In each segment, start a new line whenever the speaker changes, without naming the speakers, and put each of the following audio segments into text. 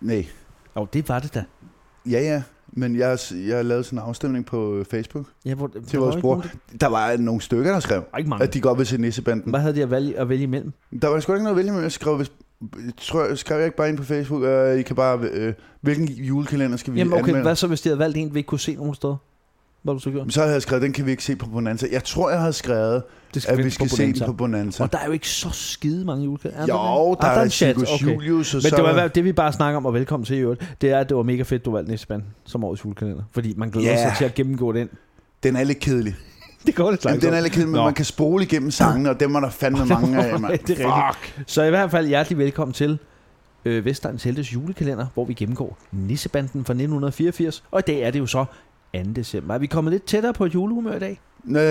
Nej.
Jo, det var det da.
Ja, ja. Men jeg, jeg lavede sådan en afstemning på øh, Facebook
Ja, hvor,
til vores bror. Der var nogle stykker, der skrev,
ikke mange.
at de godt ville se Nissebanden.
Hvad havde de at vælge, at vælge imellem?
Der var sgu ikke noget at vælge med. Jeg skrev, hvis, tror, jeg- skrev jeg ikke bare ind på Facebook, øh, I kan bare, øh, hvilken julekalender skal vi
Jamen okay,
anmelde?
hvad så hvis de havde valgt en, vi ikke kunne se nogen steder? Hvad har du så gjort?
Men Så havde jeg skrevet, den kan vi ikke se på Bonanza. Jeg tror, jeg havde skrevet,
Det
at vi
findes
skal se den
Bonanza.
på Bonanza.
Og der er jo ikke så skide mange julekalender.
Jo,
Ah,
der er da Circus Julius, og
Men
så...
det, var, i hvert fald det vi bare snakker om, og velkommen til i øvrigt, det er, at det var mega fedt, du valgte Nisseban som årets julekalender. Fordi man glæder
Ja.
sig til at gennemgå den.
Den er lidt kedelig.
Det går lidt
Jamen,
langt.
den er lidt kedelig, men
Nå.
man kan spole igennem sangene, og dem er der fandme mange af, mand.
det er rigtigt. Så i hvert fald hjertelig velkommen til øh, Vestegns Heltes julekalender, hvor vi gennemgår Nissebanden fra 1984. Og i dag er det jo så 2. december. Er vi kommet lidt tættere på et julehumør i dag?
Øh, nej, det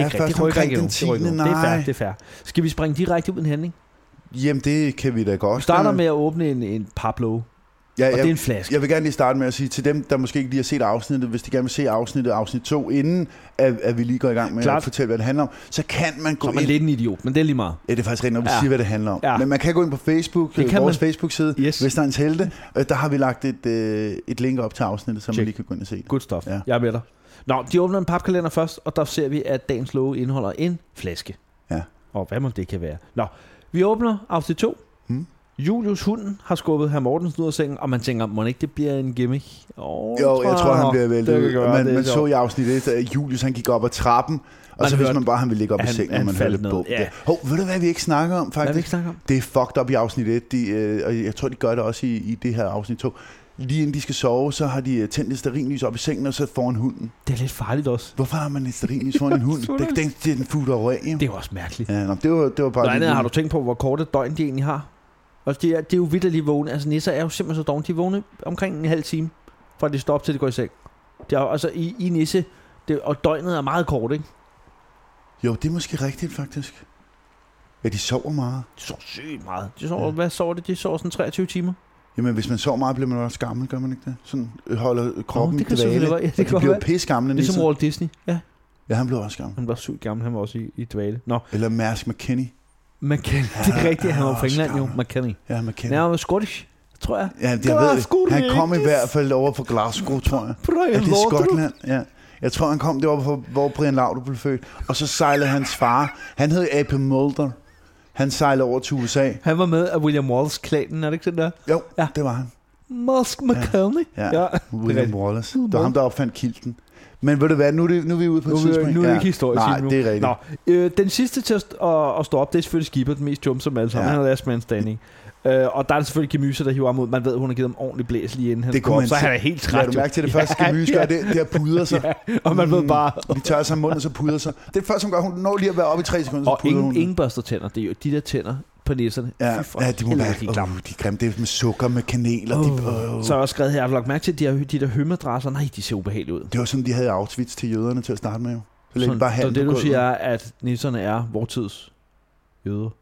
er
rigtigt.
først
rykker
omkring
ikke
den
endnu.
10.
Det rykker endnu. Det er fair,
Nej,
det er fair. Skal vi springe direkte ud i en handling?
jamen det kan vi da
Vi
godt.
starter med at åbne en, en Pablo, og
Ja,
det er
jeg,
en flaske.
jeg vil gerne lige starte med at sige til dem, der måske ikke lige har set afsnittet, hvis de gerne vil se afsnittet, afsnit 2, inden at, at vi lige går i gang med
Klart.
at fortælle, hvad det handler om, så kan man gå
Så er man
ind
lidt en idiot, men det er lige meget.
Ja, det er faktisk rigtigt, når vi
Ja.
ja. siger, hvad det handler om.
Ja.
Ja. Men man kan gå ind på Facebook,
Det
det
kan
vores
man.
Facebook-side,
Yes.
yes. Vestegns Helte. Øh, Der har vi lagt et, øh, et link op til afsnittet, så
Check.
man lige kan gå ind og se det.
Good stuff. Ja.
Ja.
Jeg er med dig. Nå, de åbner en papkalender først, og der ser vi, at dagens love indeholder en flaske.
Ja.
Og hvad må det kan være? Nå, vi åbner afsnit 2.
Hmm.
Julius hunden har skubbet herr Mortensen ud af sengen, og man tænker, må ikke det bliver en gimmick? Oh,
Jo, jeg tror, han bliver væltet ud. Man, man så
sjovt.
i afsnit 1, at Julius han gik op ad trappen, og
Man
så vidste
hørte,
man bare, at han ville ligge op
at
i
han-
sengen,
han
og man
faldt
hørte
ned.
bum.
Ja.
Ja. Hov, ved du hvad, vi ikke snakker om
Hvad vil vi
faktisk?
ikke snakke om?
Det er fucked up i afsnit 1, de, øh, og jeg tror, de gør det også i, i det her afsnit 2. Lige inden de skal sove, så har de øh, tændt et stearinlys op i sengen, og så foran hunden.
Det er lidt farligt også.
Hvorfor har man et stearinlys foran en hund?
Sådan.
Det, det, det er den futter over af.
Det er jo også mærkeligt.
Ja, nå, det, var, det var bare...
Noget
lige-
andet har du tænkt på, hvor korte døgn de egentlig har? Og det er, det er jo vidderligt vågne. Altså nisser er jo simpelthen så dogne. De er vågne omkring en halv time, fra de står op til de går i seng. Det er, jo- altså i, i nisse, det, og døgnet er meget kort, ikke?
Jo, det er måske rigtigt, faktisk. Ja, de sover meget.
De sover sygt meget. De sover, ja. Hvad sover det? De sover sådan 23 timer.
Jamen, hvis man sover meget, bliver man også gammel, gør man ikke det? Sådan øh, holder kroppen
det
i
kan selvfølgelig
dvale.
være. Ja,
Og
det kan
de
godt
bliver
være.
pisse gamle
Ligesom
ligesom
Walt Disney. Ja,
Ja, han blev også gammel.
han var sygt gammel. Han var også i, i dvale. Nå,
Eller Mærsk McKinney.
man kan, det er
Ja,
rigtigt. Han
han
var
var
fra
også
England jo.
gammel.
Man kan ikke.
Ja, McKinney.
Han var skotsk, tror jeg.
Ja, det, jeg ved det. Han kom i hvert fald over fra Glasgow, tror jeg. Ja, det er Skotland, ja. Jeg tror, han kom derover, hvor- hvor Brian Laudrup blev født. Og så sejlede hans far. Han hed A.P. Mulder. Han sejlede over til USA.
Han var med af William Wallace-klanen, er det ikke sådan der?
Jo,
Ja.
ja. det var han.
Musk McCartney.
Ja.
ja.
William
rigtigt.
Wallace. Det var ham, der opfandt kilten. Men ved du hvad, nu er, det, nu er vi ude på
Nu
et
er vi-
tidspunkt.
nu er det ikke historisk
Nej,
endnu.
det er rigtigt.
Nå, øh, den sidste til at, st- at, at stå op, det er selvfølgelig Skipper, den mest jump som alle sammen.
Ja.
Han er last man standing. Øh, og der er det selvfølgelig Gemyser, der hiver ham ud. Man ved, hun har givet ham ordentlig blæs lige inden han
Det
går
kunne
op,
man
så
se.
han er helt træt.
Lad du
jo.
mærke til det første gemys gør det, Mm. det er puder sig.
Ja, og man ved bare...
De tør sig om munden, og så puder sig. Det er det første, hun gør. Hun når lige at være oppe i tre sekunder,
Og
så puder
ingen,
hun.
ingen børster tænder. Det er jo de der tænder på næserne.
Ja,
Fy for
ja, de må
helvede,
være
de er
oh,
klamme.
de er grimme. Det er med sukker, med kanel. Og de,
Åh.
oh.
Så har jeg også skrevet her, har du lagt mærke til, at de, har, de der hømadresser, nej, de ser ubehagelige ud.
Det var sådan, de havde i Auschwitz til jøderne til at starte med. Jo. Så lagde de
Sådan,
bare
så
handen
det,
på
du
gulvet.
siger, er, at nisserne er vortids jøder. Det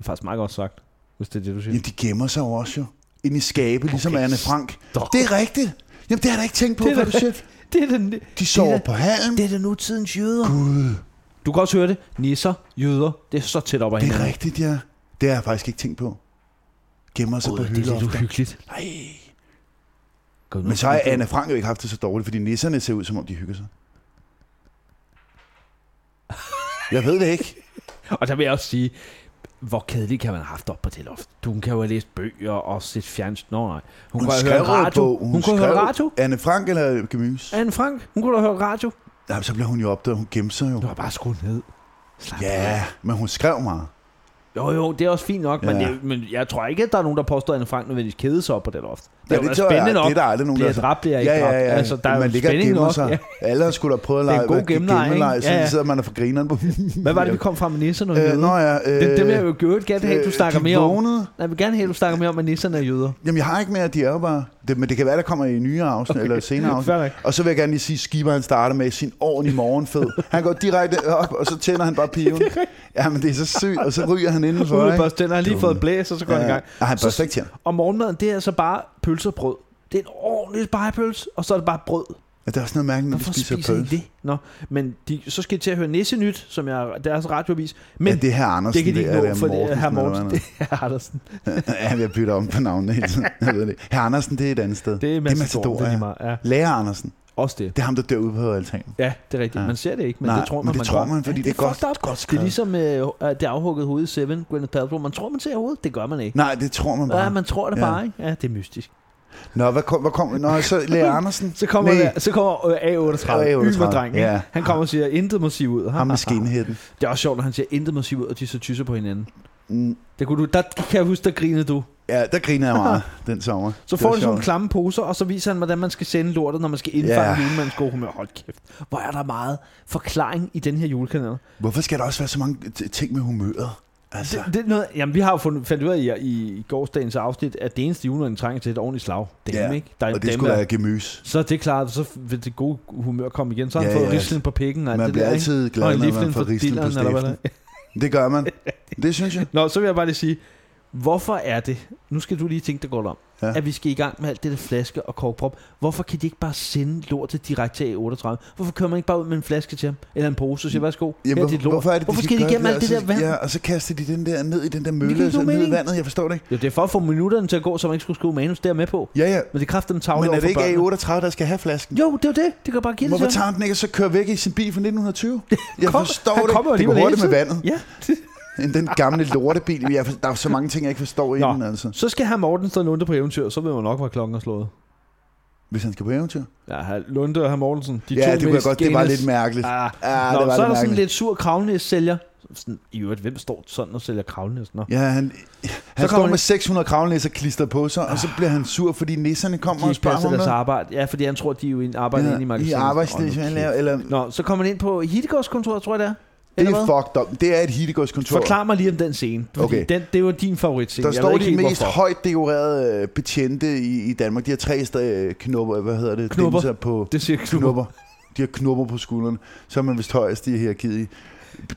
er faktisk meget godt sagt, hvis det er det, du siger.
Jamen, de gemmer sig jo også jo. Ind i skabe, ligesom
Okay,
Anne Frank.
stop.
Det er rigtigt. Jamen, det har jeg da ikke tænkt på,
Det er
hvad
da
du siger.
Det er den,
De sover
da-
på halm.
det er den nutidens jøder.
Gud.
Du kan også høre det. Nisser, jøder, det er så tæt op ad
Det
hinanden.
er rigtigt, ja. Det har jeg faktisk ikke tænkt på. Gemmer sig på
Gud, det er lidt
hylder.
uhyggeligt.
Nej.
Gud, nu
Men så har
skal vi-
Anne Frank jo ikke haft det så dårligt, fordi nisserne ser ud, som om de hygger sig. Jeg ved det ikke.
Og der vil jeg også sige, hvor kedelig kan man have haft op på det loft? Du kan jo have læst bøger og set fjernsyn. Nå nej. Hun, kunne have hørt
jo
radio.
på-
hun, kunne have
skrev
hørt radio.
Anne Frank eller Gemys?
Anne Frank, hun kunne da have hørt radio.
Ja, så blev hun jo opdaget, hun gemte sig jo.
Du har bare skruet ned. Slap af.
Ja, men hun skrev meget.
Jo, jo, det er også fint nok, ja. men,
Ja.
det, men jeg tror ikke, at der er nogen, der påstår, at Anne Frank nødvendigvis kede sig op på det loft. Det
Ja,
er jo
det tror jeg,
spændende nok.
Det er der aldrig nogen,
bliver
der
jeg dræbt, bliver jeg ikke
ja, ja, ja.
dræbt? Altså, der er
man
jo
ligger og
spænding
gemmer
nok,
sig. Alle har skulle da prøvet at
Det er
lege,
en god
hvad-
gemmeleg, ikke?
gemmeleg, så
Ja, ja.
ja. sidder man og får grineren på.
Hvad var det, vi kom fra med nisserne og
Øh,
jøder?
nå ja, øh,
det, det vil jeg jo gjort gerne have, at du
øh,
snakker
de
mere om.
vågnede.
Nej, jeg vil gerne have, at du snakker mere om, at nisserne er jøder.
Jamen, jeg har ikke mere, de er jo bare... Det, men det kan være, der kommer i nyere afsnit, okay. eller senere afsnit.
Fair nok.
Og så vil jeg gerne lige sige, at Skipper han starter med sin ordentlige morgenfed. Han går direkte op, og så tænder han bare piven. Jamen, det er så sygt. Og så ryger han indenfor,
Ude
ikke?
børste tænder, har lige
Dumme.
fået blæs, og så går han i gang.
Ja, han
Så-
børster ikke tænder.
Og morgenmaden, det er altså bare pølsebrød. Det er en ordentlig spejepølse, og så er det bare brød.
Ja, der er sådan noget mærkeligt, når de
Hvorfor
spiser,
spiser I
pølse.
det? Nå, men de, så skal de til at høre Nissenyt, som er deres radiovis. Men
Men ja,
det,
det her Andersen,
det kan de ikke nå,
er
for det er herr
eller hvad
Mortensen.
han
Det er Andersen.
hedder. ja, jeg bytter om på navnet hele tiden. Jeg ved det. ikke. Herr Andersen, det er et andet sted.
Det er Matador,
Matador,
det er lige
ja.
meget. Ja,
Lærer Andersen,
også det.
det er ham, der dør ude på altanen.
Ja, det er rigtigt.
Ja.
Man ser det ikke, men
Nej,
det tror man,
men det
man
tror
gør.
man, fordi
ja,
det er godt-
fucked up.
godt
Det er
skrevet.
ligesom øh, øh, det afhuggede hoved i Seven, Gwyneth Paltrow. Man tror, man ser hovedet. Det gør man ikke.
Nej, det tror man bare.
Ja, man tror det
Ja.
bare, ikke? Ja, det er mystisk.
Nå, hvad kom, hvad kom? Nå, så Lærer Andersen.
Så kommer,
Nej,
der- så kommer øh, A38,
A38,
A38
ja.
Han kommer og siger, intet må sige ud. Ha,
ham
ha,
med
ha.
skinheaden.
Det er også sjovt, når han siger, intet må sige ud, og de så tyser på hinanden.
Mm,
Det kunne du, der kan jeg huske, der grinede du.
Ja, der griner jeg meget den sommer.
Så
Det
får
var
de sådan nogle
sjovt.
klamme poser, og så viser han, hvordan man skal sende lortet, når man skal indfange
Ja.
yeah. julemandens gode humør. Hold kæft. Hvor er der meget forklaring i den her julekanal.
Hvorfor skal der også være så mange t- ting med humøret? Altså,
Det, det er noget, jamen, vi har jo fundet, fandt ud af i, i, i gårsdagens afsnit, at det eneste julemanden trænger til er et ordentligt slag. Damn,
Ja,
ikke? Der er
og det
en dame,
skulle
der.
være gemys.
Så er det klart, så vil det gode humør komme igen. Så har han
Ja,
fået
ja.
rislen på pikken. Og alt
Man
det
bliver
der, ikke?
altid
Og
glad,
en
når
liflen
man får
for
rislen på
dilleren, eller hvad
stiften. Det gør man. Det synes jeg.
Nå, så vil jeg bare lige sige, hvorfor er det, nu skal du lige tænke dig godt om, ja.
Ja.
at vi skal i gang med alt det der flaske og korkprop. Hvorfor kan de ikke bare sende lortet direkte til A38? Hvorfor kører man ikke bare ud med en flaske til ham? Eller en pose og siger, værsgo,
Jamen,
her er dit lort.
hvorfor er det,
hvorfor skal de
gøre
igennem alt
og
det
så-
der vand? Ja.
Ja, og så kaster de den der ned i den der
giver
mølle, og
ikke
så
nogen
ned i
mening.
vandet. Jeg forstår det ikke.
Jo, det er for at få minutterne til at gå, så man ikke skulle skrive manus, der med på.
Ja, ja.
Men det kræfter dem tavle
Men er
over
det
for
ikke
børnene.
A38, der skal have flasken?
Jo, det er jo det. Det kan bare give det
Hvorfor
til ham.
tager han den ikke, og så kører væk i sin bil fra 1920? Jeg
Kom-
forstår
han
det
kommer jo
ikke. Det går
alligevel
hurtigt
hele
med vandet.
Ja.
End den gamle lortebil. Jeg for, der er så mange ting, jeg ikke forstår i
Nå.
den, altså.
Så skal herr Mortensen lunde på eventyr, så ved man nok, hvor klokken er slået.
Hvis han skal på eventyr.
Ja, herr Lunde og herr Mortensen, de to
ja, det kunne jeg
mest
godt. Det var
gaines-
lidt mærkeligt.
Ah,
Ja, det var
Nå, så er
lidt
der sådan en
mærkeligt.
lidt sur kravlenæs-sælger. Sådan, I øvrigt, hvem står sådan og sælger kravlenæs? Nå.
Ja, han, han
kommer
står
han-
med 600 kravlenæsser klistret på sig, og så bliver han sur, fordi nisserne kommer
De
og
ikke
sparer
passer
ham
deres
noget.
arbejde. Ja, fordi han tror, de er jo en arbejder ja, inde i
i
magasinet.
arbejdsstation,
Åh,
han
nu
laver, eller
kæft. Nå, så kommer man ind på Hittegårds kontor, tror jeg det er.
det
Eller
er
hvad?
fucked up. Det er et hittegårdskontor.
Forklar mig lige om den scene. Fordi okay.
Okay.
den, det var din favoritscene.
Der
Jeg
står
ved ikke
de
helt,
mest
hvorfor.
højt dekorerede øh, betjente i, i Danmark. De har tre st- knopper, hvad hedder det?
Knopper.
Dimser på
Det siger knupper.
knopper. De har knopper på skuldrene. Så er man vist højst i hierarkiet. i.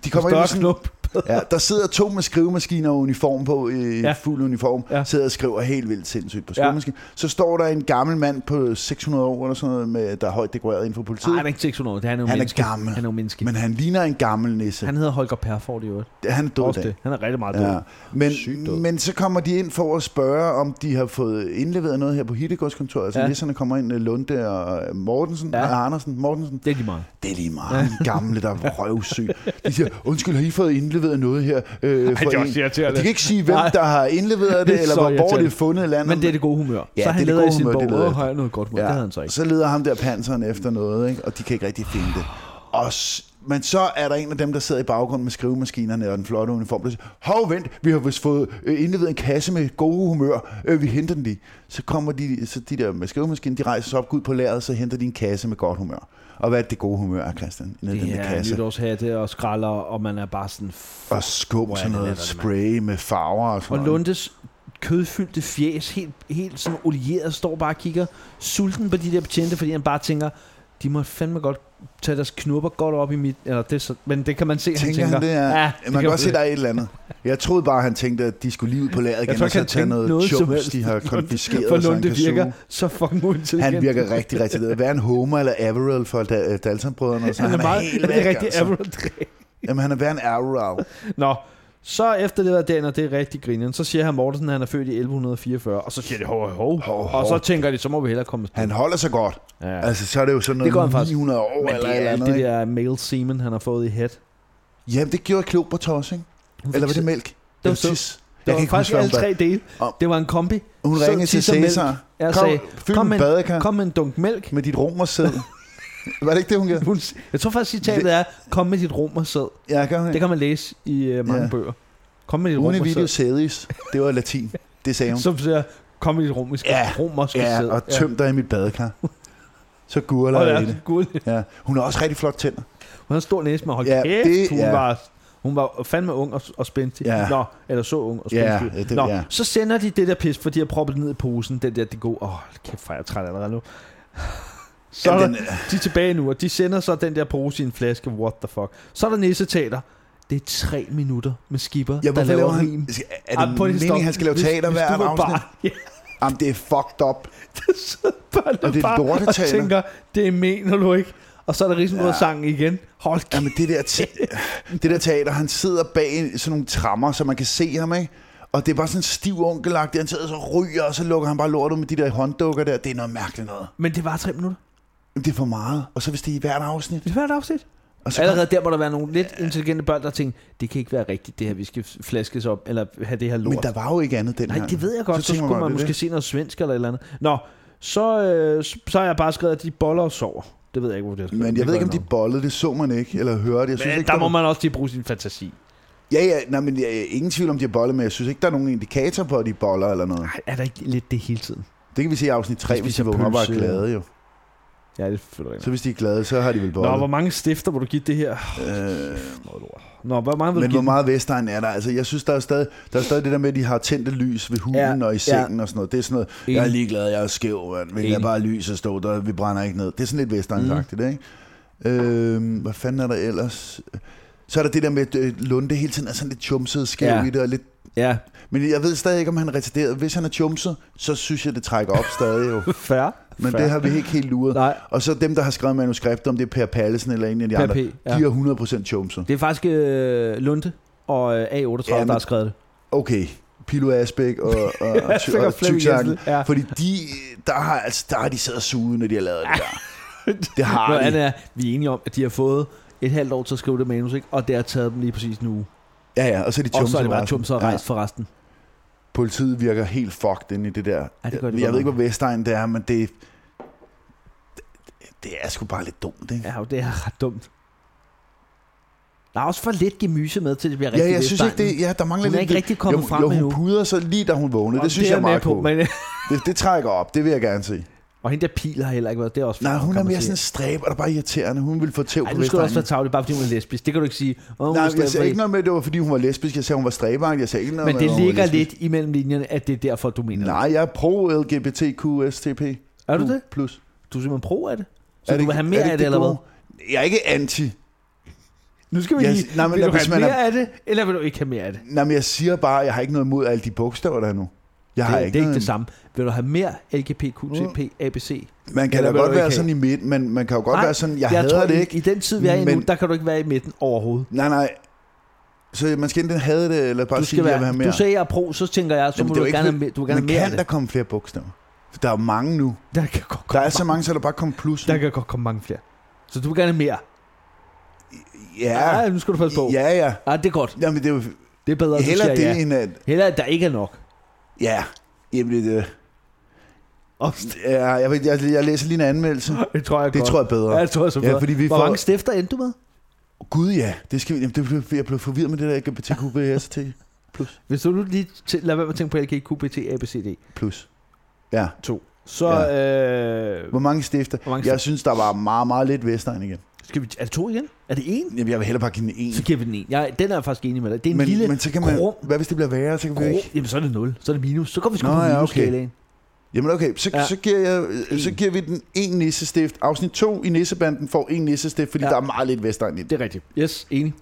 De kommer ind
Større
med sådan,
knup.
ja, der sidder to med skrivemaskiner og uniform på, i
Ja.
ja. fuld uniform,
Ja.
ja. sidder og skriver helt vildt sindssygt på
Ja.
skrivemaskinen. Ja. Så står der en gammel mand på 600 år, eller sådan noget, med, der er højt dekoreret inden for
Nej,
politiet.
han er ikke 600 år. Det er Han er jo
Han er
menneske.
gammel.
Han er jo menneske.
Men han ligner en gammel nisse. Han,
Han hedder Holger Perfort i øvrigt.
han er død i
Også
dag.
det. Han er rigtig meget død.
Ja. Men,
Sygt død.
men så kommer de ind for at spørge, om de har fået indleveret noget her på Hittegårdskontoret. Altså
Ja.
ja. nisserne kommer ind, øh, Lunde og øh, Mortensen,
Ja.
ja. og Andersen, Mortensen.
Det er lige meget.
Det er lige meget ja. gamle, der er røvsyg. De siger, undskyld, har I fået indleveret noget her? Øh, for
det er
en?"
også irriterende.
de kan ikke sige, hvem
Nej.
der har indleveret
Det er
det, eller
så
hvor, hvor det
irriterende.
er fundet i landet.
Men det er det gode humør.
Ja,
så
det
han
er det
leder i
gode
sin
humør,
bog.
det leder jeg
Åh,
efter."
har jeg noget godt humør? Det havde han så ikke.
Så leder ham der panseren efter noget, ikke? og de kan ikke rigtig finde det. Og s- men så er der en af dem, der sidder i baggrunden med skrivemaskinerne og den flotte uniform, der siger, hov, vent, vi har vist fået øh, indleveret en kasse med gode humør, øh, vi henter den lige. Så kommer de, så de der med skrivemaskinen, de rejser sig op, går ud på lageret, så henter de en kasse med godt humør. Og hvad er det gode humør er, Christian? Nede i den
Det
der
er
kasse.
nytårshatte og skralder, og man er bare sådan... fuck,
Og skubber
hvor er
sådan
det
noget
lækkert, mand.
spray med farver og sådan
Og
noget.
Lundes kødfyldte fjes, helt, helt sådan olieret, står bare og kigger sulten på de der betjente, fordi han bare tænker, de må fandme godt tage deres knupper godt op i mit... Eller det, er så- men det kan man se,
Tænker
han tænker.
han det er,
ja,
ja,
det
man kan
jo-
også se, der er et eller andet. Jeg troede bare, han tænkte, at de skulle lige ud på lageret
Jeg
igen,
tror
og
ikke,
så
han
tage
tænkte
noget,
noget
noget
som
chums,
helst.
de har konfiskeret,
For
så han
Lunde
kan
virker
suge.
så fucking uintelligent.
Han virker rigtig, rigtig led. Hvad er en Homer eller Averill for Dal- Dalton-brødrene? Så han, han er,
meget,
helt
det
væk,
er rigtig
altså.
average.
Jamen, han er værre en Averill.
Nå, så efter det der dagen, og det er rigtig grineren, så siger han Mortensen, at han er født i 1144, og så siger de, hov, hov,
Hov, hov.
og så tænker de, så må vi hellere komme
Han holder sig godt.
Ja.
Altså, så er det jo sådan
Det gør han
noget
faktisk.
900 år
Men
eller et
det er
eller
alt
andet.
det
ikke?
der male semen, han har fået i hat.
Jamen, det gjorde Klobertos, ikke? Eller var det mælk? Det
var
var
så-
tis.
Det
Jeg
var
kan ikke
faktisk
huske, hvad
alle
hun
tre dele.
Om.
Det var en kombi.
bad. Hun
Så
ringede til
tis og mælk.
Cæsar.
Jeg
Kom,
sagde,
fyld
kom
en
med,
badekar
kom med en dunk mælk.
med dit rum og sæd. Var det ikke det, hun gjorde?
Hun s- Jeg tror faktisk, citatet er, kom med dit rum og sæd.
Ja, gør hun
Det kan man læse i øh, mange
Ja.
bøger. Kom med dit rum
Une
og
video
sæd.
sedis. Det var latin. Det sagde hun.
Som siger, kom med dit rum og sæd.
Ja.
Rum og sæd.
Ja, og tøm dig i mit badekar. Så gurler
Og
jeg i
ja,
det.
gud.
Ja. Hun har også rigtig flot tænder.
Hun havde en stor næse med, hold
Ja,
kæft,
det-
hun,
ja.
var, hun var fandme ung og, og spændt.
Ja.
Nå, eller så ung og
Ja,
spændt.
det-
Nå,
ja.
så sender de det der pis, for de har proppet det ned i posen, den der, det går, åh, oh, kæft, hvor er jeg træt allerede nu. Så er
Jamen,
der,
den, øh,
de er tilbage nu, og de sender så den der pose i en flaske, what the fuck. Så er der nissetater. Det er tre minutter med skipper,
ja,
der
hvorfor
laver
laver han?
rim.
Er det meningen, han skal lave teater hver
afsnit?
afsnit?
Bare, ja,
Jamen, det er fucked up.
det er så bare,
Og det er
bare,
lortet
og
taler.
tænker, det mener du ikke. Og så er der risengrød ja. sang igen. Hold kæft.
Jamen, det der, te- det der teater, han sidder bag en- sådan nogle trammer, så man kan se ham, ikke? Og det er bare sådan en stiv onkelagt, han sidder og så ryger, og så lukker han bare lortet med de der hånddukker der. Det er noget mærkeligt noget.
Men det var tre minutter.
Jamen, Det er for meget. Og så hvis det er i hvert afsnit.
Det er hvert afsnit.
Og så
Allerede der må der være nogle lidt intelligente børn, der tænker, det kan ikke være rigtigt, det her, vi skal flaskes op, eller have det her lort.
Men der var jo ikke andet den
Nej,
her.
det ved jeg godt, så, så
tænker
skulle man
det er
måske det. se noget svensk eller et eller andet. Nå, så, øh, så- så har jeg bare skrevet, at de boller og sover. Det ved jeg ikke, hvor det er
det. Men jeg ved ikke, om de bollede, det så man ikke, eller hørte. Jeg synes
Men
ikke,
der må
var-
man også lige bruge sin fantasi.
Ja, ja, nej, men jeg, jeg- ingen tvivl om, de har bollet, men jeg synes ikke, der er nogen indikator på, at de boller eller noget.
Ej, er der ikke lidt det hele tiden?
Det kan vi se i afsnit 3,
De
hvis
spiser
de vågner op og er
pølse.
glade jo.
Ja, det føler jeg
Så
ikke.
hvis de er glade, så har de vel
Nå,
bollet.
hvor mange stifter må du give det her?
øh,
Noget lort. Nå, hvor mange
men
vil du give?
hvor meget Vestegn er der? Altså, jeg synes, der er stadig, der er stadig det der med, at de har tændte lys ved hulen
Ja,
ja, og i sengen ja. og sådan noget. Det er sådan noget,
Enig.
jeg er ligeglad, jeg er skæv, mand. Vil jeg
Enig.
bare lys og stå der, vi brænder ikke ned. Det er sådan lidt Vestegn-agtigt, mm. ikke? Øh, hvad fanden er der ellers? Så er der det der med, at øh, Lunde hele tiden er sådan lidt chumset skæv
Ja.
ja. i det, og lidt
Ja,
Men jeg ved stadig ikke, om han er retarderet. Hvis han er chumset, så synes jeg, det trækker op stadig jo.
fair.
Men
fair.
det har vi ikke helt luret.
Nej,
Og så dem, der har skrevet manuskriptet, om det er Per Pallesen eller en af de
Per
andre,
P, ja.
de er 100% chumset.
det er faktisk øh, Lunde og øh, A38, ja,
Ja,
men...
men-
der har skrevet det.
Okay, Pilo Asbæk og, og, og,
Ja,
ty-
Asbæk og
og
Flemming
Tyksakken.
Jensen, ja.
Fordi de, der har, altså, der har de siddet og suget, når de har lavet det der. Det har
Noget
de.
andet er, vi er enige om, at de har fået et halvt år til at skrive det manus, ikke? og det har taget dem lige præcis en uge.
Ja, ja, og så er de chumset.
Og så er det bare
resten.
chumser og rejst for resten.
Politiet virker helt fucked inde i det der.
Ja, det gør de
jeg
godt
ved ikke,
nok.
hvor Vestegn det er, men det, det, det er sgu bare lidt dumt, ikke?
Ja, jo, det er ret dumt. Der er også for lidt gemyse med, til det bliver rigtig
Ja, jeg synes ikke, det, ja, der mangler
Hun er
lidt...
ikke rigtig kommet
jo,
frem
jo,
endnu.
hun pudrer sig lige da hun vågnede. Det synes jeg er meget cool.
Men,
Det, det trækker op, det vil jeg gerne se.
og hende der pil har heller ikke været, det er også
Nej, hun
kan
er
man
mere
sige.
sådan en stræber, der er bare irriterende. Hun vil få tæv
Ej,
på
nu skal du også være
Vestegnen.
tavlig, bare fordi hun er lesbisk. Det kan du ikke sige. Åh, hun er
Nej, jeg
stadig
sagde ikke
fordi-
noget med, at det var fordi, hun var lesbisk. Jeg sagde, hun var stræberagtig. Jeg sagde ikke noget
men
med,
det
at hun var
ligger
lesbisk.
lidt imellem linjerne, at det er derfor, du mener det.
Nej, jeg er pro-LGBTQSTP.
Er du det?
Plus.
Du er simpelthen pro af det. Så
Er
du vil
ikke-
have mere
er
af det, eller hvad?
gode? Jeg er ikke anti.
Nu skal vi
Jeg-
lige...
nej, men
vil du
hvis
have
man er-
mere af det, eller vil du ikke have mere af det?
Nej, men jeg siger bare, at jeg har ikke noget imod alle de bogstaver, der er nu. Jeg har
det,
ikke
det er ikke
noget
det samme. Vil du have mere LGBTQTP, ABC?
Man kan da
Eller vil du
godt
ikke
være
have?
sådan i midten, men man kan jo godt
Nej,
være sådan, jeg,
jeg
hader
tror,
det
i-
ikke.
I den tid, vi er i nu,
men-
der kan du ikke være i midten overhovedet.
Nej, nej. Så man skal enten have det, eller bare
Du,
sige,
skal
at jeg vil have
være,
mere.
du sagde, jeg er pro, så tænker jeg, så
Jamen,
må
det er
du
jo ikke
gerne,
for-
have mere- du vil gerne
Men
have mere af
kan der
det.
komme flere bogstaver? For der er jo mange nu.
Der kan godt
Der
komme
er så mange, så der bare kommer plus.
Der kan godt komme mange flere. Så du vil gerne have mere.
Ja,
Ej, nu skal du passe på.
ja, ja.
Ej, det er godt.
Jamen, det er jo
Det er bedre, at du
heller
siger
det
ja.
end at...
Heller, at der ikke er nok.
Ja, jamen, det,
Og
ja, jeg, ved- jeg, jeg læser lige en anmeldelse.
det tror jeg
Det
godt.
tror jeg er bedre.
Ja, det tror jeg så
Ja,
bedre.
fordi vi
Hvor
får-
mange stifter endte du med?
Gud ja, det skal vi... Jamen, det blev, jeg blev forvirret med det der LGBTQBST plus.
Hvis du nu lige tæ- lader være med at tænke på LGQBT, ABCD.
Plus. Ja.
2. Så
Ja.
øh,
Hvor mange stifter?
Hvor mange
jeg synes, der var meget, meget lidt Vestegn igen.
skal vi, er det to igen? Er det en?
Jamen, jeg vil hellere bare give den en.
Så giver vi den en. Jeg, den er jeg faktisk enig med dig. Det er en
Men,
lille
men så kan man...
krum,
Hvad hvis det bliver værre? Så kan vi
krum.
ikke...
Jamen så er det 0. Så er det minus. Så går vi sgu
Nå,
på
ja, okay.
minusskalaen.
Jamen okay, så,
Ja.
ja. så, giver, jeg, øh, så
En.
giver vi den en nissestift. Afsnit 2 i nissebanden får en nissestift, fordi
Ja.
ja. der er meget lidt Vestegn i den.
Det er rigtigt. Yes, enig.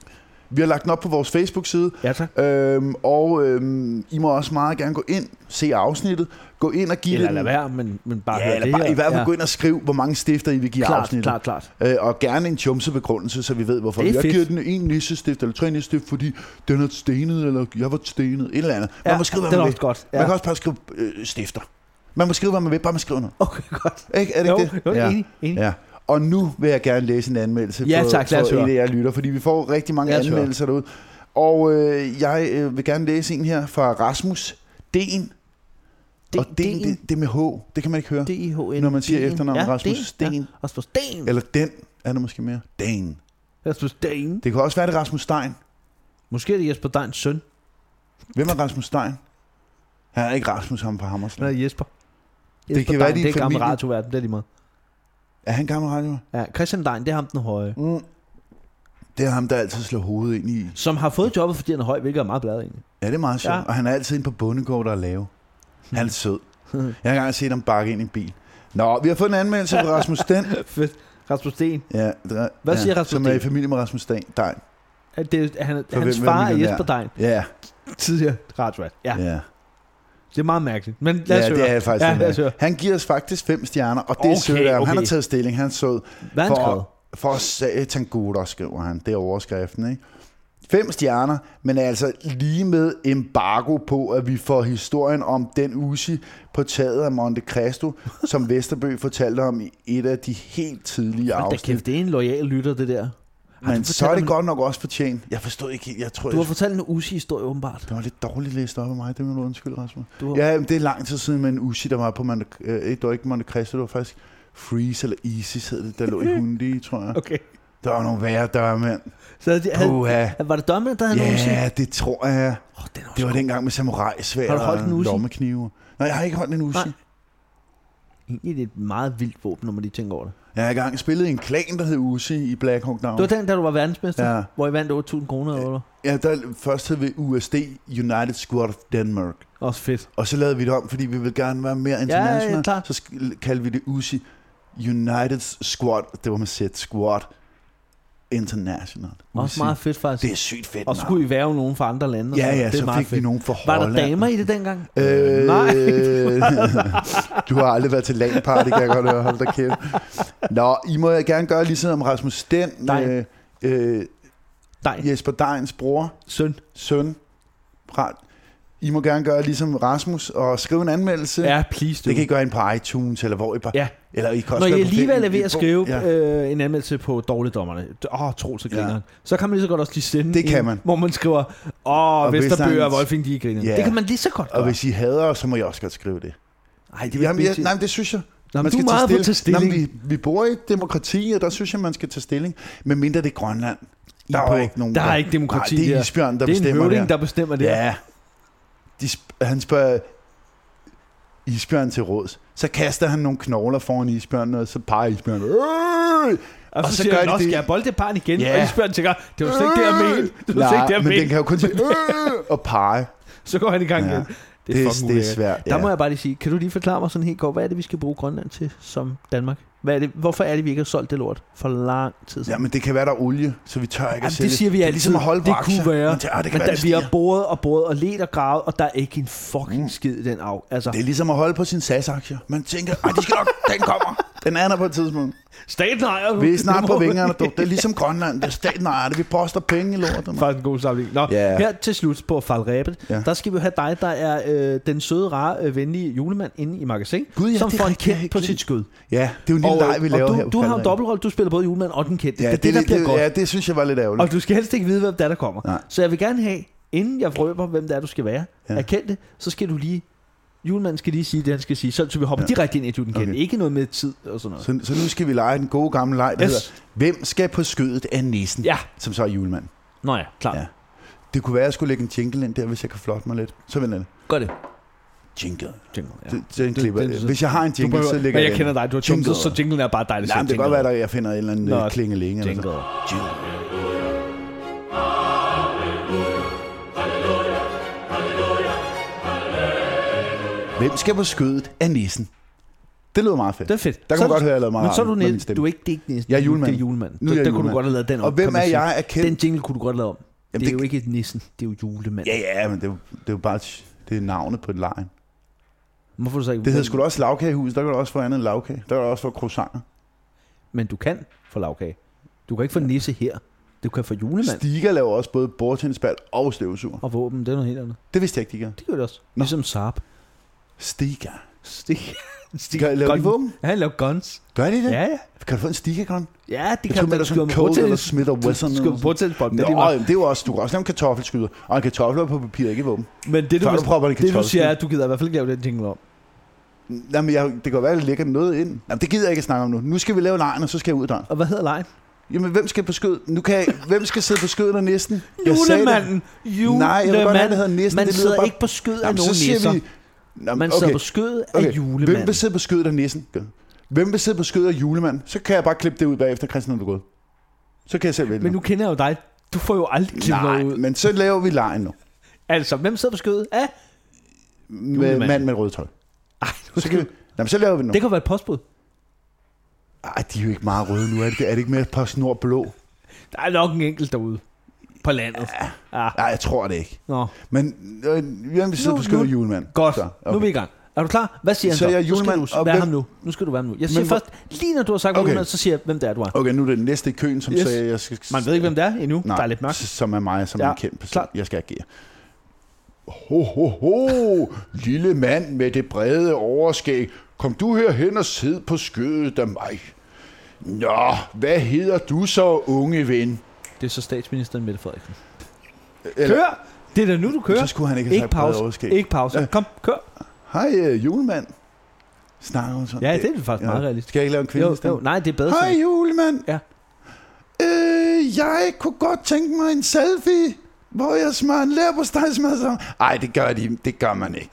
Vi har lagt den op på vores Facebook-side,
Ja, tak.
øhm, og øhm, I må også meget gerne gå ind, se afsnittet, gå ind og give
Eller
det...
lad være, men, men bare hør
Ja, eller
det
bare,
her.
i hvert fald
ja.
ja. gå ind og skriv, hvor mange stifter I vil give
klart,
afsnittet.
klart, klart.
Øh, og gerne en chumse begrundelse, så vi ved, hvorfor.
Det er
Jeg
fedt.
giver den en nissestift eller tre nissestift, fordi den er stenet, eller jeg var stenet, et eller andet. Man
Ja,
må skrive, hvad
det er
man vil.
også godt.
Man kan også bare skrive øh, stifter. Man må skrive, hvad man vil, bare man skriver noget.
Okay, godt.
Ikke? Er det
jo,
ikke det?
jo,
ja.
enig, enig.
Ja. Og nu vil jeg gerne læse en anmeldelse
Ja,
på,
tak. Lad os
på
høre.
en af jer lytter, fordi vi får rigtig mange
Lad os høre.
anmeldelser derude. Og øh, jeg øh, vil gerne læse en her fra Rasmus Sten.
D-
og den,
Dehn.
det, det er med H, det kan man ikke høre.
d i h n
Når man siger
Dehn.
efternavn, Rasmus
Dehn,
Sten.
Ja. Rasmus Sten.
Eller den er det måske mere. Dan.
Rasmus Sten.
Det kan også være, det er Rasmus Stein.
Måske er det Jesper Deins søn.
Hvem er Rasmus Stein? Han er ikke Rasmus, ham på
Han
Hammersland.
hedder Jesper.
Det kan være,
Dein,
din
det er gammel
familie-
radioverden, det er lige meget.
Er han gammel radio?
Ja, Christian Dein, det er ham den høje.
Mm. Det er ham, der altid slår hovedet ind i.
Som har fået jobbet, fordi han er høj, hvilket er meget blad egentlig.
Ja, det er meget sjovt.
Ja.
Ja. Og han er altid inde på bondegård, der er lave. Han er sød. Jeg har engang set ham bakke ind i en bil. Nå, vi har fået en anmeldelse fra Rasmus Den.
Fedt. Rasmus Sten.
Ja, der,
Hvad
ja,
siger Rasmus
Som er
Dehn?
i familie med Rasmus Den. Dein.
At det, er- han,
For
hans
hvem- hvem
far
er
er
millionær?
Jesper Dein,
Ja,
tidligere radiovært. Ja.
ja.
Det er meget mærkeligt. Men lad os
Ja,
høre.
det er jeg faktisk.
Ja,
den her.
lad os høre.
han giver os faktisk fem stjerner, og det
Okay,
er sødt af ham. Han har
okay.
taget stilling, han er sød.
Hvad har han skrevet?
For, for satan gutter, skriver han. Det er overskriften, ikke? Fem stjerner, men er altså lige med embargo på, at vi får historien om den usi på taget af Monte Cristo, som Vesterbø fortalte om i et af de helt tidlige
Hold da
afsnit.
kæft, det er en lojal lytter, det der. Ej,
Men
du
så er
fortæller
det
mig-
godt nok også fortjent. Jeg forstod ikke helt. Jeg tror,
Du har
jeg...
fortalt en usi-historie, åbenbart.
det var lidt dårligt læst op af mig, det må du undskylde, Rasmus.
Du har...
Ja, men det er lang tid siden med en Uzi, der var på Monte, øh, det var ikke Monte Cristo, det var faktisk Freeze eller Isis hed det, der lå i Hundi, tror jeg.
Okay.
Der var nogle værre dørmænd.
Så havde de, havde,
Puha.
var det dørmænd, der havde en usi?
Ja, det tror jeg.
Oh, den er også
Det var
god.
dengang med samurai-svær
Har du holdt en
og
Uzi?
lommeknive. Nej, jeg har ikke holdt en Uzi.
Nej. Egentlig er det et meget vildt våben, når man lige tænker over det.
Jeg har engang spillet i en klan, der hed Uzi i Black Hawk Down.
Det var den, da du var verdensmester,
Ja.
hvor I vandt 8.000 kroner eller hvad?
Ja, der først hed vi USD, United Squad of Denmark.
Også fedt.
Og så lavede vi det om, fordi vi ville gerne være mere
Ja, ja,
international.
klart.
så sk- kaldte vi det Uzi United Squad. Det var med sæt squad. International.
Også meget fedt faktisk.
Det er sygt fedt.
Og så skulle I værve nogen fra andre lande. og
ja,
sådan.
ja,
det er
så
meget
fik vi nogen fra
Var
Holland.
der damer i det dengang?
Øh,
Nej.
du har aldrig været til LAN-party, kan jeg godt høre. Hold da kæft. Nå, I må gerne gøre ligesom Rasmus Sten,
Dein.
øh, øh,
Nej,
Jesper Deins bror,
søn.
søn. Ra- I må gerne gøre ligesom Rasmus og skrive en anmeldelse.
Ja, please do.
Det kan I gøre ind på iTunes, eller hvor I bare...
Ja.
Eller I kan også
Når
gøre
I
på
alligevel
Facebook.
er ved at skrive
Ja.
ja. øh, en anmeldelse på dårligdommerne, åh, oh, Troels og
Ja.
grineren, ja. så kan man lige så godt også lige sende
Det kan
en,
man.
hvor man skriver, åh, oh, Vesterbø og
Vestegns-
Wolfing, de er grineren.
Ja.
Det kan man lige så godt
Og
gøre.
hvis I hader os, så må I også godt skrive det.
Ej, øh, det er
Jamen, jeg,
vigtigt.
nej, men det synes jeg.
Nå, men
Man
du
skal
er meget på at tage
Nå, men
stilling.
vi, vi bor i et demokrati, og der synes jeg, man skal tage stilling. Men mindre det er Grønland.
I
Der er
på-
jo ikke nogen...
Der er ikke demokrati
Nej, det er
der.
isbjørn, der
det er en
bestemmer
høvding,
det.
der bestemmer det.
Ja. De sp- han spørger isbjørn til råds. Så kaster han nogle knogler foran isbjørnen, og så peger isbjørnen. Øh!
Og,
Og
så,
så
siger
gør
han
de
også,
det.
skal jeg bolde det barn igen?
Ja.
Og I spørger han tænker, det var slet ikke det, jeg
Øh!
mente. Det var slet
Nej,
ikke det, jeg
men den
mente.
kan jo kun sige øh! og pege.
Så går han i gang
Ja.
igen.
Det
Det er
er,
fucking
det er
ulækkert.
svært.
Der må jeg bare lige sige, kan du lige forklare mig sådan helt kort, hvad er det, vi skal bruge Grønland til som Danmark? Hvad er det, hvorfor er det, vi ikke har solgt det lort for lang tid siden?
Ja, men det kan være, der er olie, så vi tør ikke
altså- Jamen,
at
det
sælge.
siger vi
det er
altid.
ligesom at holde på
Det
aktier.
kunne være.
Man tænker, "Ah, det kan
Men
være,
der,
det
vi har
stiger."
boret og boret og let og gravet, og der er ikke en fucking
Mm.
skid i den af. Altså,
Det
det...
er ligesom at holde på sine SAS-aktier. Man tænker, at de skal nok, den kommer. Den er der på et tidspunkt.
staten ejer
Vi er snart
Det
på
må-
vingerne. Du. Det er ligesom Grønland. Det er staten, der ejer det. Vi poster penge i lortet. mand.
Faktisk en god sammenligning. Nå,
Ja.
her til slut på Falrebet,
Ja.
der skal vi have dig, der er øh, den søde, rare, øh, venlige julemand inde i magasin,
Gud, ja,
som
det er
får en
rigtigt, jeg har
kendt
ikke
på
glemt.
sit skød.
Ja, det er jo en lille leg, vi laver
og du,
her. på
du har en
Falderæbet.
dobbeltrolle, du spiller både julemanden og den kendte.
Ja,
det er det, der bliver
det,
godt.
Ja, det synes jeg var lidt ærgerligt.
Og du skal helst ikke vide, hvem der, er, der kommer.
Nej.
Så jeg vil gerne have, inden jeg røber, hvem det er, du skal være, ja.
Ja.
erkendte, så skal du lige... Julemanden skal lige sige det, han skal sige, sådan, så vi hopper ja.
Ja.
direkte ind i julen okay.
Okay.
Ikke noget med tid og sådan noget.
Så, så nu skal vi lege den gode gamle leg, der
Yes.
yes. hedder, hvem skal på skødet af næsen,
Ja,
som så er julemand.
nå ja, klart. Ja.
Ja. Det kunne være, at jeg skulle lægge en jingle ind der, hvis jeg kan flotte mig lidt. Så vender jeg det.
Gør det.
Jingle.
Jingle, ja.
Ja. Det, den
Det-
klipper.
den-
jeg. hvis jeg har en
Du
jingle,
behøver,
så
men
lægger
jeg
den.
kender dig, du har jingle,
Jingle.
så jinglen er bare dig, der
Nej,
siger
men det kan godt være, at jeg finder en eller anden
Nå,
øh, klingeling. Eller sådan.
jingle.
Jingle. Hvem skal på skødet af nissen? Det lyder meget fedt.
Det er fedt.
Der kan
Så
man
er
godt
du-
høre, at jeg lavede meget
Men så er du,
med min
næ-
stemme.
du er ikke, det er ikke næsten.
Jeg er julemand.
Det er julemand.
Nu er jeg
der kunne du
julemand.
godt have lavet den om.
Og hvem
kan man
er
sige.
jeg er kendt?
Den jingle kunne du godt have lavet om. det er
det-
jo ikke et nissen, det er jo julemand.
Ja, ja, men det er jo, det er jo bare et- det er navnet på et lejr.
Hvorfor du så ikke
Det hedder sgu da også lavkagehus. Der kan du også få andet end lavkage. Der kan du også få croissanter.
Men du kan få lavkage. Du kan ikke få nisse her. Du kan få julemand
Stiger laver også både bordtennisbal og støvsuger.
og våben. Det er noget helt andet.
Det vidste jeg ikke, de gør.
Det gør det også. Nå.
Nå.
Ligesom Saab.
Stiger.
Stik. Stik.
Gør- laver de våben?
Ja, han laver guns.
Gør de det?
Ja, ja.
Kan du få en stigerkon?
Ja, det
Jeg
kan
tror, man er sådan Colt eller Smith og Wesson.
Du
eller
skal
sådan
på til
Nå, jamen, det er jo også, du kan også lave en kartoffelskyder. Og en kartoffel er på papir, ikke i våben.
Men det du,
Før du propper det i
det, du siger, er,
kartoffelskyder.
at du gider i hvert fald ikke lave den jingle om.
Jamen, jeg, det kan godt være, at jeg lægger noget ind. Jamen, det gider jeg ikke at snakke om nu. Nu skal vi lave lejen, og så skal jeg ud af døren.
Og hvad hedder lejen?
Jamen, hvem skal på skød? Nu kan jeg, hvem skal sidde på skødet af næsten? Jeg sagde det.
Julemanden. Julemanden.
Nej, jeg vil godt have, det hedder næsten.
Man
det lyder
sidder
bare...
ikke på skød af
Jamen,
nogen
så siger
nisser.
vi... Jamen,
Man sidder på skød af julemanden.
Hvem vil sidde på skødet af nissen? Gør. Hvem vil sidde på skødet af julemanden? Så kan jeg bare klippe det ud bagefter, Christian, når du er gået. Så kan jeg selv vælge
Men nu
noget.
kender jeg jo dig. Du får jo aldrig klippet
Nej,
noget ud.
men så laver vi lejen nu.
Altså, hvem sidder på skødet af?
Med
Julemanden.
mand med rødt tøj.
Ej,
Så, kan vi... Jamen, så laver vi nu.
det kan være et postbud.
Ej, de er jo ikke meget røde nu. Er det, er det ikke mere et par snor blå?
Der er nok en enkelt derude. på landet. Ja.
Nej, jeg tror det ikke.
Nå,
Men øh, vi vil sidde
Nu-
på skødet
nu-
julemand.
godt.
Så,
Nu er vi i gang. Er du klar? Hvad siger han
Så
så?
jeg er
Nu skal
julemand,
du
og
være
hvem-
ham nu. Nu skal du være ham nu. Jeg siger
Men hvor-
først, lige når du har sagt, okay.
Okay.
så siger jeg, hvem det er, du er.
Okay, nu er det den næste i køen, som
Yes.
yes. sagde, jeg skal...
Man ved ikke, hvem det er endnu.
Nej,
Der er lidt mørkt.
som er mig, som
Ja,
ja, en kendt person.
klart.
Klar. Jeg skal agere. Ho, ho, ho, lille mand med det brede overskæg. Kom du herhen og sid på skødet af mig. Nå, hvad hedder du så, unge ven?
Det er så statsministeren Mette Frederiksen.
Eller-
Kør! Det er da nu, du kører.
Så skulle han ikke have
Ikke
sagt brede
pause.
overskæg.
Ikke pause. Kom, kør.
Hej, øh, julemand. Snakker hun sådan?
Ja, det er faktisk meget realistisk.
Skal jeg ikke lave en kvinde?
Jo, jo, nej, det er bedre.
Hej,
sådan.
julemand.
Ja.
Øh, jeg kunne godt tænke mig en selfie, hvor jeg smager en læberstegsmad sammen. Ej, det gør, de, det gør man ikke.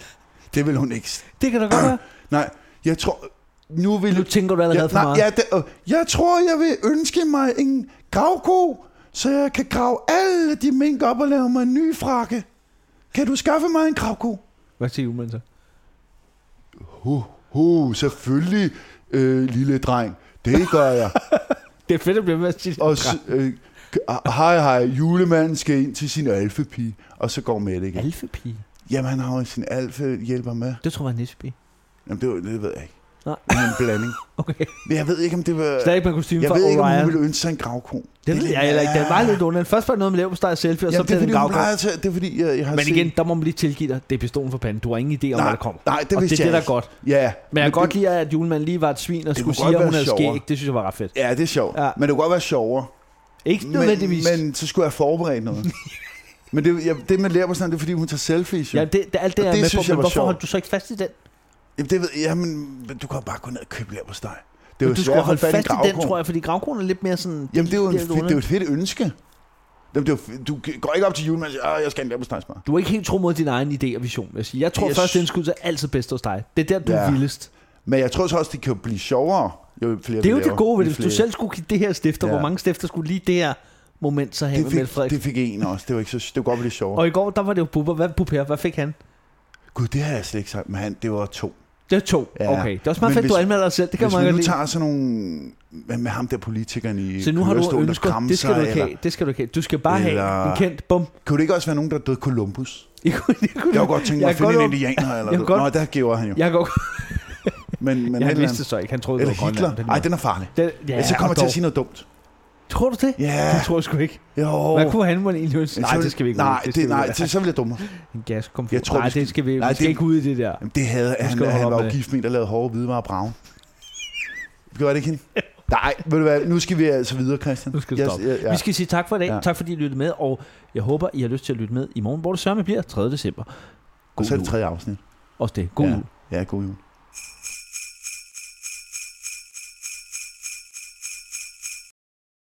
Det vil hun ikke. s-
Det kan da godt være.
Nej, jeg tror... Nu vil
Nu tænker du allerede
jeg,
for meget.
ja, det, øh, jeg tror, jeg vil ønske mig en gravko, så jeg kan grave alle de mink op og lave mig en ny frakke. Kan du skaffe mig en gravko?
Hvad siger Juhlmann så?
Huh, huh, selvfølgelig, øh, lille dreng. Det gør jeg.
Det er fedt at blive med at sige
Og s- øh, k- hej hej, julemanden skal ind til sin alfepige, og så går Mette igen.
Alfepige.
Jamen, han har jo sin alfe hjælper med.
Det tror jeg var en nissepige.
Jamen, det, var- det ved jeg ikke.
Nej.
Det er en blanding.
Okay.
Men jeg ved ikke, om det var...
Stadig på en kostume
Øh, Jeg
fra
ved ikke, om
Orion.
hun ville ønske sig en gravko.
Det ved jeg heller ikke. Den var lidt under. Først var det noget med leverpostej og selfie, og så
Jamen, det
blev
er
det en
fordi, hun
gavgård.
plejer til... Det er fordi, jeg, jeg har
Men
set...
igen, der må man lige tilgive dig. Det er pistolen for panden. Du har ingen idé om,
nej,
hvad der kommer.
nej, det
og
vidste
det er
jeg
det, der er
ikke.
godt.
Ja,
Men jeg kan
det-
godt lide, at julemanden lige var et svin og skulle
kunne
sige,
godt
at
være
hun havde
sjovere.
skæg. Det synes jeg var ret fedt.
Ja, det er sjovt.
Ja.
Ja. Men det kunne godt være sjovere.
Ikke nødvendigvis.
Men, men så skulle jeg forberede noget. men det, jeg, det med lærerpersonen, det er fordi, hun tager selfies. Jo.
Ja, det, det, alt det,
Og
er
det
med på,
synes jeg
men
var
hvorfor
sjovt.
holdt du så ikke fast i den?
Jamen, det ved jeg, men du kan jo bare gå ned og købe leverpostej. Det er
Men
jo
du
svært
skulle
at holde fast i
den, tror jeg, fordi gravkorn er lidt mere sådan...
Jamen, det er jo, en,
det er
det,
lidt
det er jo et fedt ønske. Jamen, det er jo, f- du går ikke op til julemanden og siger, "Ah, jeg skal have en leverpostejsmad.
Du er ikke helt tro mod din egen idé og vision, vil jeg sige. Jeg tror,
Jeg
først
sy-
indskud er altid bedst hos dig. Det er der, du ja. er
Ja.
vildest.
Men jeg tror så også, det kan jo blive sjovere, jo flere
Det er jo
vi laver,
det gode ved
jo
det. Hvis du
flere-
selv skulle give det her stifter, ja.
Ja.
hvor mange stifter skulle lige det her moment så
det
have med Mette
fik,
Frederiksen.
det fik en også. Det var ikke så det var godt blive sjovere.
Og i går, der var det jo Bubber. Hvad, Bubber, hvad fik han?
Gud, det har jeg slet ikke sagt, men han, det var to.
Det er to.
Ja.
Okay. Det er også meget
Men
fedt, du
hvis-
anmelder dig selv. Det kan
Hvis
man
man
godt
nu
lide.
tager sådan nogle... Hvad med ham der politikeren i
Så nu har du
kørestol, der
ønsker.
krammer
Det skal
sig,
du ikke
eller-
have. Det skal du ikke have. Du skal bare have
Eller-
en kendt bum.
Kunne det ikke også være nogen, der døde Columbus?
Jeg kunne, jeg kunne,
Jeg kunne godt tænke mig
jeg
at finde
kan
en
godt-
indianer eller
jeg kan
noget. Nå,
godt-
der gjorde han jo.
Jeg, går,
Men, men
jeg
eller,
vidste det så ikke. Han troede, det
eller
var Grønland.
Hitler. Nej, den er farlig.
den, ja,
Ja, så kommer
og
jeg til
dog.
at sige noget dumt.
Tror du det?
Ja,
Det tror jeg sgu ikke.
jo.
Hvad kunne han mon egentlig ønske?
Men
Nej,
så-
det skal vi ikke ud
Nej,
i.
det,
skal
det,
vi
nej
ikke.
det, så vil jeg dumme mig.
En gaskomfur.
Jeg tror,
nej,
vi skal-
det skal vi, nej,
nej,
vi skal
det-
ikke ud i det der.
Jamen, det havde
Nu
han.
skal du holde
Han
op
var
med
jo
det.
gift med en, der lavede hårde hvidevarer brave. Gør det ikke hende? Nej, ved du hvad, nu skal vi altså videre, Christian.
Nu skal du
Jeg-
stoppe.
jeg-
Ja.
ja.
Vi skal sige tak for i dag. Ja.
Ja.
Tak fordi I lyttede med, og jeg håber, I har lyst til at lytte med i morgen, hvor det sørme bliver 3. december.
Og
God
så er
jul.
det tredje afsnit.
Også det. God
Ja.
jul.
Ja, god jul.